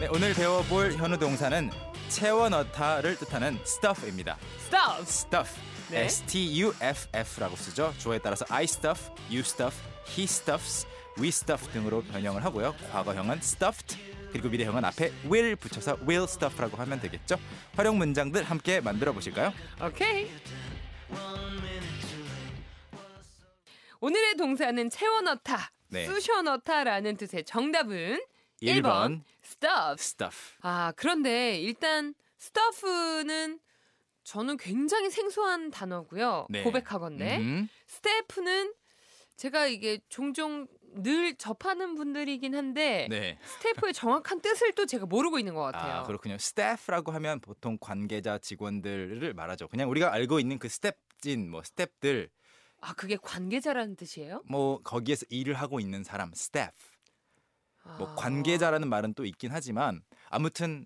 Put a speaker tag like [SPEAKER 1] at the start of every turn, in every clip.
[SPEAKER 1] 네, 오늘 배워볼 현우 동사는 채워 넣다를 뜻하는 stuff입니다.
[SPEAKER 2] Stuff.
[SPEAKER 1] stuff.
[SPEAKER 2] 네.
[SPEAKER 1] S-T-U-F-F라고 쓰죠. 주어에 따라서 I stuff, you stuff, he stuffs, we stuff 등으로 변형을 하고요. 과거형은 stuffed, 그리고 미래형은 앞에 will 붙여서 will stuff라고 하면 되겠죠. 활용 문장들 함께 만들어 보실까요?
[SPEAKER 2] 오케이. 오늘의 동사는 채워넣다,
[SPEAKER 1] 네.
[SPEAKER 2] 쑤셔넣다라는 뜻의 정답은
[SPEAKER 1] 일 번.
[SPEAKER 2] 1번 stuff.
[SPEAKER 1] stuff.
[SPEAKER 2] 아, 그런데 일단 stuff는 저는 굉장히 생소한 단어고요.
[SPEAKER 1] 네.
[SPEAKER 2] 고백하건데.
[SPEAKER 1] 음,
[SPEAKER 2] 스태프는 제가 이게 종종 늘 접하는 분들이긴 한데
[SPEAKER 1] 네.
[SPEAKER 2] 스태프의 정확한 뜻을 또 제가 모르고 있는 것 같아요.
[SPEAKER 1] 아 그렇군요. staff라고 하면 보통 관계자 직원들을 말하죠. 그냥 우리가 알고 있는 그 스텝진 뭐 스텝들
[SPEAKER 2] 아, 그게 관계자라는 뜻이에요?
[SPEAKER 1] 뭐 거기에서 일을 하고 있는 사람 staff 뭐
[SPEAKER 2] 아.
[SPEAKER 1] 관계자라는 말은 또 있긴 하지만 아무튼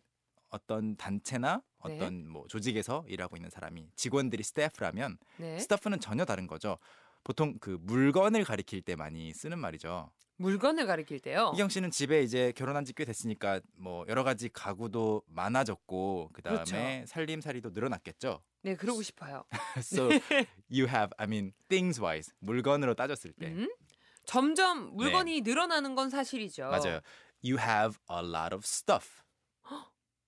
[SPEAKER 1] 어떤 단체나
[SPEAKER 2] 네.
[SPEAKER 1] 어떤 뭐 조직에서 일하고 있는 사람이 직원들이 staff라면
[SPEAKER 2] 네.
[SPEAKER 1] staff는 전혀 다른 거죠. 보통 그 물건을 가리킬 때 많이 쓰는 말이죠.
[SPEAKER 2] 물건을 가리킬 때요.
[SPEAKER 1] 이경 씨는 집에 이제 결혼한 지 꽤 됐으니까 뭐 여러 가지 가구도 많아졌고 그다음에
[SPEAKER 2] 그렇죠.
[SPEAKER 1] 살림살이도 늘어났겠죠.
[SPEAKER 2] 네, 그러고 싶어요.
[SPEAKER 1] so you have I mean things wise 물건으로 따졌을 때
[SPEAKER 2] 음? 점점 물건이 늘어나는 건 사실이죠.
[SPEAKER 1] 네. 맞아요. You have a lot of stuff.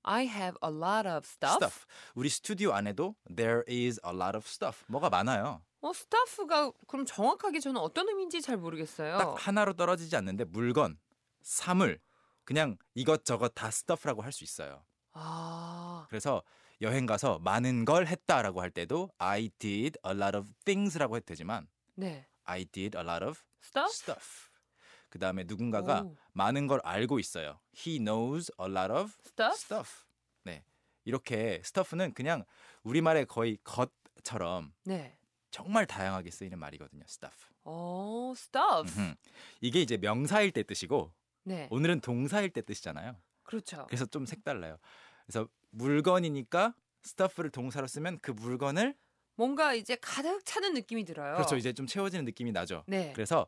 [SPEAKER 2] I have a lot of stuff.
[SPEAKER 1] stuff. 우리 스튜디오 안에도 there is a lot of stuff. 뭐가 많아요.
[SPEAKER 2] 어, stuff가 그럼 정확하게 저는 어떤 의미인지 잘 모르겠어요.
[SPEAKER 1] 딱 하나로 떨어지지 않는데 물건, 사물, 그냥 이것저것 다 stuff라고 할 수 있어요.
[SPEAKER 2] 아,
[SPEAKER 1] 그래서 여행 가서 많은 걸 했다라고 할 때도 I did a lot of things라고 해도 되지만
[SPEAKER 2] 네.
[SPEAKER 1] I did a lot of
[SPEAKER 2] stuff.
[SPEAKER 1] stuff. 그 다음에 누군가가
[SPEAKER 2] 어? 오.
[SPEAKER 1] 많은 걸 알고 있어요. He knows a lot of
[SPEAKER 2] stuff.
[SPEAKER 1] stuff. 네, 이렇게 stuff는 그냥 우리말의 거의 것처럼
[SPEAKER 2] 네.
[SPEAKER 1] 정말 다양하게 쓰이는 말이거든요. stuff.
[SPEAKER 2] 어, stuff.
[SPEAKER 1] 음흠. 이게 이제 명사일 때 뜻이고
[SPEAKER 2] 네.
[SPEAKER 1] 오늘은 동사일 때 뜻이잖아요.
[SPEAKER 2] 그렇죠.
[SPEAKER 1] 그래서 좀 색달라요. 그래서 물건이니까 stuff를 동사로 쓰면 그 물건을
[SPEAKER 2] 뭔가 이제 가득 차는 느낌이 들어요.
[SPEAKER 1] 그렇죠. 이제 좀 채워지는 느낌이 나죠.
[SPEAKER 2] 네.
[SPEAKER 1] 그래서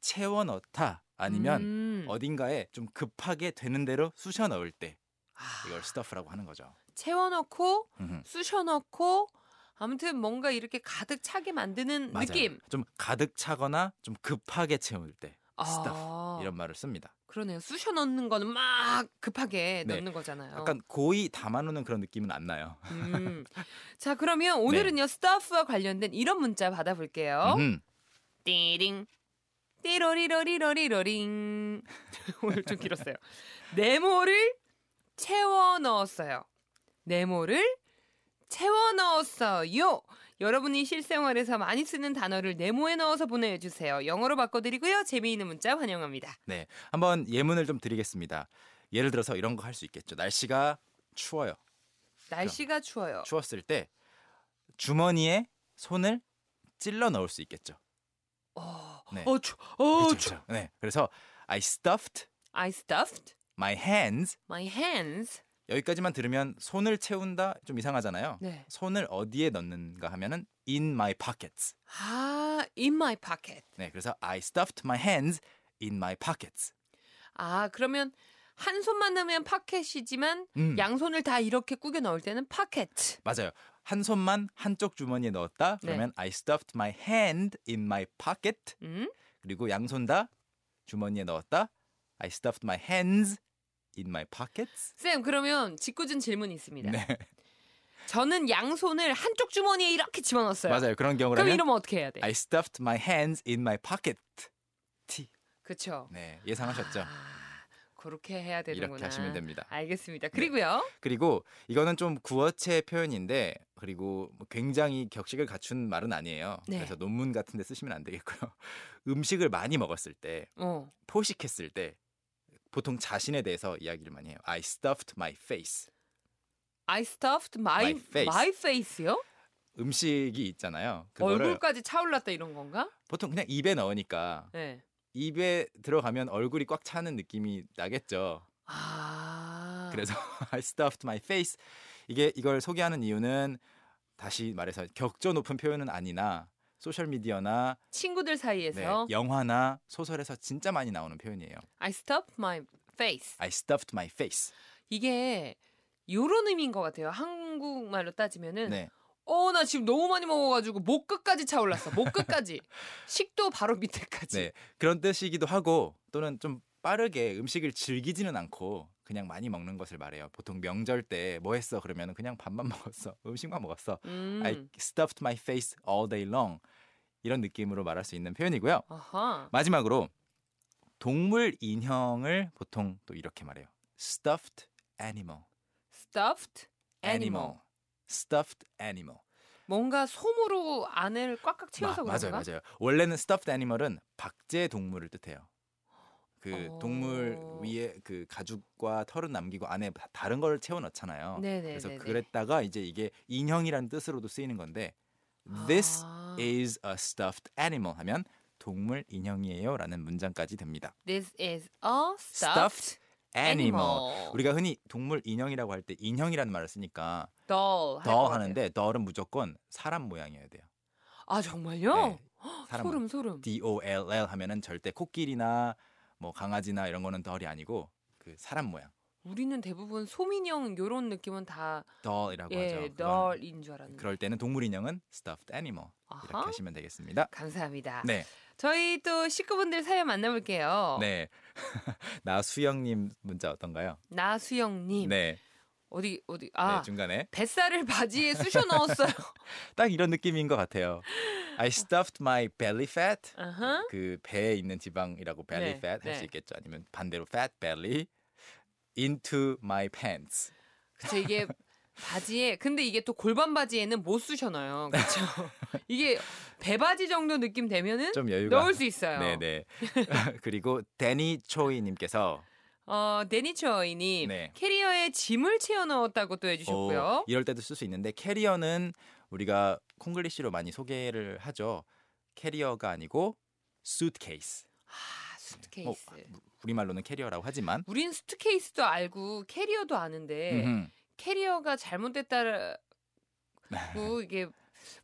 [SPEAKER 1] 채워 넣다 아니면
[SPEAKER 2] 음.
[SPEAKER 1] 어딘가에 좀 급하게 되는 대로 쑤셔 넣을 때
[SPEAKER 2] 아,
[SPEAKER 1] 이걸 stuff라고 하는 거죠.
[SPEAKER 2] 채워넣고
[SPEAKER 1] 음흠.
[SPEAKER 2] 쑤셔넣고 아무튼 뭔가 이렇게 가득 차게 만드는
[SPEAKER 1] 맞아요.
[SPEAKER 2] 느낌.
[SPEAKER 1] 좀 가득 차거나 좀 급하게 채울 때 stuff
[SPEAKER 2] 아,
[SPEAKER 1] 이런 말을 씁니다.
[SPEAKER 2] 그러네요. 쑤셔넣는 거는 막 급하게
[SPEAKER 1] 네.
[SPEAKER 2] 넣는 거잖아요.
[SPEAKER 1] 약간 고이 담아놓는 그런 느낌은 안 나요.
[SPEAKER 2] 음. 자 그러면 오늘은요 스타프와 관련된 이런 문자 받아볼게요.
[SPEAKER 1] 네. 음흠.
[SPEAKER 2] 띠링 띠로리로리로리로링 오늘 좀 길었어요. 네모를 채워 넣었어요. 네모를 채워 넣었어요. 여러분이 실생활에서 많이 쓰는 단어를 네모에 넣어서 보내주세요. 영어로 바꿔드리고요. 재미있는 문자 환영합니다.
[SPEAKER 1] 네, 한번 예문을 좀 드리겠습니다. 예를 들어서 이런 거 할 수 있겠죠. 날씨가 추워요.
[SPEAKER 2] 날씨가 추워요.
[SPEAKER 1] 추웠을 때 주머니에 손을 찔러 넣을 수 있겠죠.
[SPEAKER 2] 어,
[SPEAKER 1] 네.
[SPEAKER 2] 어, 추, 어,
[SPEAKER 1] 그렇죠,
[SPEAKER 2] 추.
[SPEAKER 1] 그렇죠. 네, 그래서 I stuffed
[SPEAKER 2] I stuffed
[SPEAKER 1] my hands.
[SPEAKER 2] my hands.
[SPEAKER 1] 여기까지만 들으면 손을 채운다 좀 이상하잖아요.
[SPEAKER 2] 네.
[SPEAKER 1] 손을 어디에 넣는가 하면은 in my pockets.
[SPEAKER 2] 아, in my pocket.
[SPEAKER 1] 네, 그래서 I stuffed my hands in my pockets.
[SPEAKER 2] 아, 그러면 한 손만 넣으면 파켓이지만
[SPEAKER 1] 음.
[SPEAKER 2] 양손을 다 이렇게 꾸겨 넣을 때는 파켓.
[SPEAKER 1] 맞아요. 한 손만 한쪽 주머니에 넣었다.
[SPEAKER 2] 네.
[SPEAKER 1] 그러면 I stuffed my hand in my pocket.
[SPEAKER 2] 음?
[SPEAKER 1] 그리고 양손 다 주머니에 넣었다. I stuffed my hands in my pockets.
[SPEAKER 2] 쌤, 그러면 짓궂은 질문이 있습니다.
[SPEAKER 1] 네.
[SPEAKER 2] 저는 양손을 한쪽 주머니에 이렇게 집어넣었어요.
[SPEAKER 1] 맞아요. 그런
[SPEAKER 2] 그럼
[SPEAKER 1] 경우라면
[SPEAKER 2] 이러면 어떻게 해야 돼?
[SPEAKER 1] I stuffed my hands in my pocket. T.
[SPEAKER 2] 그렇죠.
[SPEAKER 1] 네, 예상하셨죠?
[SPEAKER 2] 아, 그렇게 해야 되는구나. 아.
[SPEAKER 1] 이렇게 하시면 됩니다. 네.
[SPEAKER 2] 알겠습니다. 그리고요.
[SPEAKER 1] 그리고 이거는 좀 구어체 표현인데 그리고 뭐 굉장히 격식을 갖춘 말은 아니에요.
[SPEAKER 2] 네.
[SPEAKER 1] 그래서 논문 같은 데 쓰시면 안 되겠고요. 음식을 많이 먹었을 때,
[SPEAKER 2] 어.
[SPEAKER 1] 포식했을 때 보통 자신에 대해서 이야기를 많이 해요. I stuffed my face.
[SPEAKER 2] I stuffed my
[SPEAKER 1] My face.
[SPEAKER 2] my face요?
[SPEAKER 1] 음식이 있잖아요. 그거를
[SPEAKER 2] 얼굴까지 차올랐다 이런 건가?
[SPEAKER 1] 보통 그냥 입에 넣으니까
[SPEAKER 2] 네.
[SPEAKER 1] 입에 들어가면 얼굴이 꽉 차는 느낌이 나겠죠.
[SPEAKER 2] 아.
[SPEAKER 1] 그래서 I stuffed my face. 이게 이걸 소개하는 이유는 다시 말해서 격조 높은 표현은 아니나 소셜 미디어나
[SPEAKER 2] 친구들
[SPEAKER 1] 네,
[SPEAKER 2] 사이에서
[SPEAKER 1] 영화나 소설에서 진짜 많이 나오는 표현이에요.
[SPEAKER 2] I stuffed my face.
[SPEAKER 1] I stuffed my face.
[SPEAKER 2] 이게 요런 의미인 것 같아요. 한국말로 따지면은
[SPEAKER 1] 네.
[SPEAKER 2] 어 나 지금 너무 많이 먹어가지고 목 끝까지 차올랐어. 목 끝까지 식도 바로 밑에까지.
[SPEAKER 1] 네. 그런 뜻이기도 하고 또는 좀 빠르게 음식을 즐기지는 않고 그냥 많이 먹는 것을 말해요. 보통 명절 때 뭐 했어? 그러면 그냥 밥만 먹었어. 음식만 먹었어.
[SPEAKER 2] 음.
[SPEAKER 1] I stuffed my face all day long. 이런 느낌으로 말할 수 있는 표현이고요.
[SPEAKER 2] 아하.
[SPEAKER 1] 마지막으로 동물 인형을 보통 또 이렇게 말해요. stuffed animal.
[SPEAKER 2] Stuffed animal.
[SPEAKER 1] stuffed animal.
[SPEAKER 2] 뭔가 솜으로 안을 꽉꽉 채워서
[SPEAKER 1] 마-
[SPEAKER 2] 그런가?
[SPEAKER 1] 맞아요, 맞아요. 원래는 stuffed animal은 박제 동물을 뜻해요. 그
[SPEAKER 2] 어.
[SPEAKER 1] 동물 위에 그 가죽과 털은 남기고 안에 다- 다른 걸 채워 넣잖아요.
[SPEAKER 2] 네네.
[SPEAKER 1] 그래서 그랬다가 이제 이게 인형이라는 뜻으로도 쓰이는 건데 this
[SPEAKER 2] 아,
[SPEAKER 1] is a stuffed animal 하면 동물 인형이에요라는 문장까지 됩니다.
[SPEAKER 2] This is a
[SPEAKER 1] Stuffed
[SPEAKER 2] stuffed,
[SPEAKER 1] animal. 우리가 흔히 동물 인형이라고 할 때 인형이라는 말을 쓰니까
[SPEAKER 2] doll. 할
[SPEAKER 1] 더
[SPEAKER 2] 것 같아요.
[SPEAKER 1] 하는데 더는 무조건 사람 모양이어야 돼요.
[SPEAKER 2] 아 정말요?
[SPEAKER 1] 네, 사람 모양.
[SPEAKER 2] 소름 소름.
[SPEAKER 1] D O L L 하면은 절대 코끼리나 뭐 강아지나 이런 거는 덜이 아니고 그 사람 모양
[SPEAKER 2] 우리는 대부분 소민형 요런 느낌은 다
[SPEAKER 1] 덜이라고
[SPEAKER 2] 예,
[SPEAKER 1] 하죠. 아, 그건
[SPEAKER 2] 널인 줄 알았는데.
[SPEAKER 1] 그럴 때는 동물 인형은 stuffed animal 이렇게
[SPEAKER 2] 아하.
[SPEAKER 1] 하시면 되겠습니다.
[SPEAKER 2] 감사합니다.
[SPEAKER 1] 네,
[SPEAKER 2] 저희 또 식구분들 사연 만나볼게요.
[SPEAKER 1] 네. 나수영님 문자 어떤가요?
[SPEAKER 2] 나수영님
[SPEAKER 1] 네,
[SPEAKER 2] 어디 어디 아
[SPEAKER 1] 네, 중간에
[SPEAKER 2] 뱃살을 바지에 쑤셔 넣었어요.
[SPEAKER 1] 딱 이런 느낌인 것 같아요. I stuffed my belly fat.
[SPEAKER 2] 아하.
[SPEAKER 1] 그 배에 있는 지방이라고 belly
[SPEAKER 2] 어? 네,
[SPEAKER 1] fat 할 수
[SPEAKER 2] 네.
[SPEAKER 1] 있겠죠. 아니면 반대로 fat belly into my pants.
[SPEAKER 2] 그쵸 이게 바지에 근데 이게 또 골반 바지에는 못 쑤셔 넣어요. 그렇죠. 이게 배바지 정도 느낌 되면은
[SPEAKER 1] 좀 여유가
[SPEAKER 2] 넣을 수 있어요.
[SPEAKER 1] 네네. 그리고 데니 초이님께서
[SPEAKER 2] 어 데니처이님
[SPEAKER 1] 네.
[SPEAKER 2] 캐리어에 짐을 채워 넣었다고 또 해주셨고요.
[SPEAKER 1] 어, 이럴 때도 쓸 수 있는데 캐리어는 우리가 콩글리시로 많이 소개를 하죠. 캐리어가 아니고 suitcase.
[SPEAKER 2] 아 수트케이스.
[SPEAKER 1] 뭐, 우리말로는 캐리어라고 하지만
[SPEAKER 2] 우린 수트케이스도 알고 캐리어도 아는데
[SPEAKER 1] 음흠.
[SPEAKER 2] 캐리어가 잘못됐다고 이게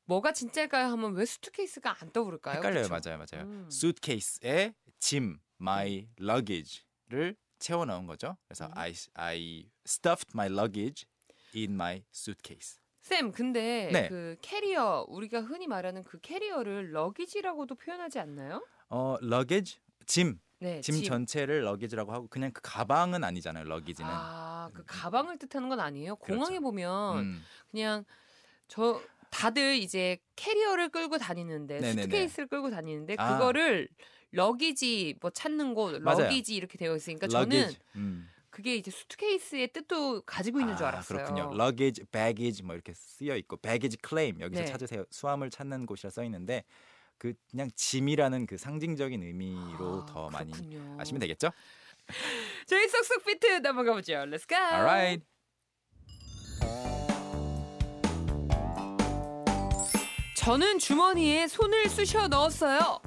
[SPEAKER 2] 뭐가 진짜일까요 하면 왜 수트케이스가 안 떠오를까요?
[SPEAKER 1] 헷갈려요.
[SPEAKER 2] 그쵸?
[SPEAKER 1] 맞아요. 맞아요.
[SPEAKER 2] 음.
[SPEAKER 1] suitcase에 짐, my luggage를 채워 넣은 거죠. 그래서
[SPEAKER 2] 음.
[SPEAKER 1] I I stuffed my luggage in my suitcase.
[SPEAKER 2] 쌤, 근데
[SPEAKER 1] 네.
[SPEAKER 2] 그 캐리어 우리가 흔히 말하는 그 캐리어를 러기지라고도 표현하지 않나요?
[SPEAKER 1] 어, luggage 짐,
[SPEAKER 2] 네,
[SPEAKER 1] 짐, 전체를 luggage라고 하고 그냥 그 가방은 아니잖아요. luggage는.
[SPEAKER 2] 아, 그 가방을 뜻하는 건 아니에요. 공항에
[SPEAKER 1] 그렇죠.
[SPEAKER 2] 보면
[SPEAKER 1] 음.
[SPEAKER 2] 그냥 저 다들 이제 캐리어를 끌고 다니는데
[SPEAKER 1] 네네네.
[SPEAKER 2] 수트케이스를 끌고 다니는데
[SPEAKER 1] 아.
[SPEAKER 2] 그거를 러기지 뭐 찾는 곳
[SPEAKER 1] 맞아요.
[SPEAKER 2] 러기지 이렇게 되어 있으니까 그러니까 저는
[SPEAKER 1] luggage. 음.
[SPEAKER 2] 그게 이제 수트케이스의 뜻도 가지고 있는 줄
[SPEAKER 1] 아,
[SPEAKER 2] 알았어요.
[SPEAKER 1] 그렇군요. luggage, baggage 뭐 이렇게 쓰여 있고 baggage claim 여기서
[SPEAKER 2] 네.
[SPEAKER 1] 찾으세요. 수화물 찾는 곳이라 써 있는데 그 그냥 짐이라는 그 상징적인 의미로
[SPEAKER 2] 아,
[SPEAKER 1] 더 많이
[SPEAKER 2] 그렇군요.
[SPEAKER 1] 아시면 되겠죠?
[SPEAKER 2] 저희 쏙쏙 비트 넘어가 보죠. Let's go.
[SPEAKER 1] Alright.
[SPEAKER 2] 저는 주머니에 손을 쑤셔 넣었어요.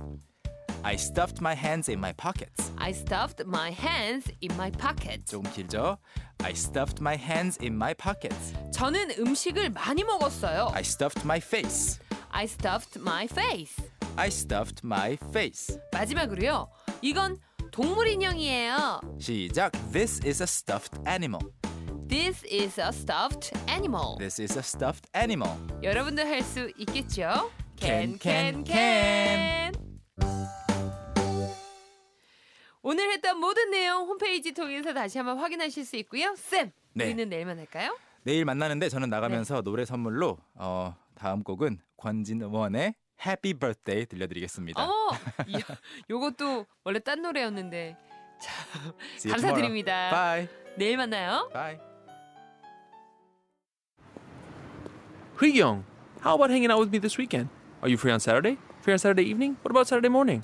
[SPEAKER 1] I stuffed my hands in my pockets.
[SPEAKER 2] I stuffed my hands in my pocket.
[SPEAKER 1] 조금 길죠? I stuffed my hands in my pockets.
[SPEAKER 2] 저는 음식을 많이 먹었어요.
[SPEAKER 1] I stuffed my face.
[SPEAKER 2] I stuffed my face.
[SPEAKER 1] I stuffed my face.
[SPEAKER 2] 마지막으로요. 이건 동물 인형이에요.
[SPEAKER 1] 시작. This is a stuffed animal.
[SPEAKER 2] This is a stuffed animal.
[SPEAKER 1] This is a stuffed animal.
[SPEAKER 2] 여러분도 할 수 있겠죠?
[SPEAKER 1] Can, can,
[SPEAKER 2] 캔, 캔, 캔. 오늘 했던 모든 내용 홈페이지 통해서 다시 한번 확인하실 수 있고요. 쌤,
[SPEAKER 1] 네.
[SPEAKER 2] 우리는 내일만 할까요?
[SPEAKER 1] 내일 만나는데 저는
[SPEAKER 2] 네.
[SPEAKER 1] 나가면서 노래 선물로 어, 다음 곡은 권진원의 Happy Birthday 들려드리겠습니다.
[SPEAKER 2] 어머, 이- 요것도 원래 딴 노래였는데 참
[SPEAKER 1] See you tomorrow.
[SPEAKER 2] 감사드립니다.
[SPEAKER 1] Bye.
[SPEAKER 2] 내일 만나요.
[SPEAKER 1] Bye.
[SPEAKER 3] Young, how about hanging out with me this weekend? Are you free on Saturday? Free on Saturday evening? What about Saturday morning?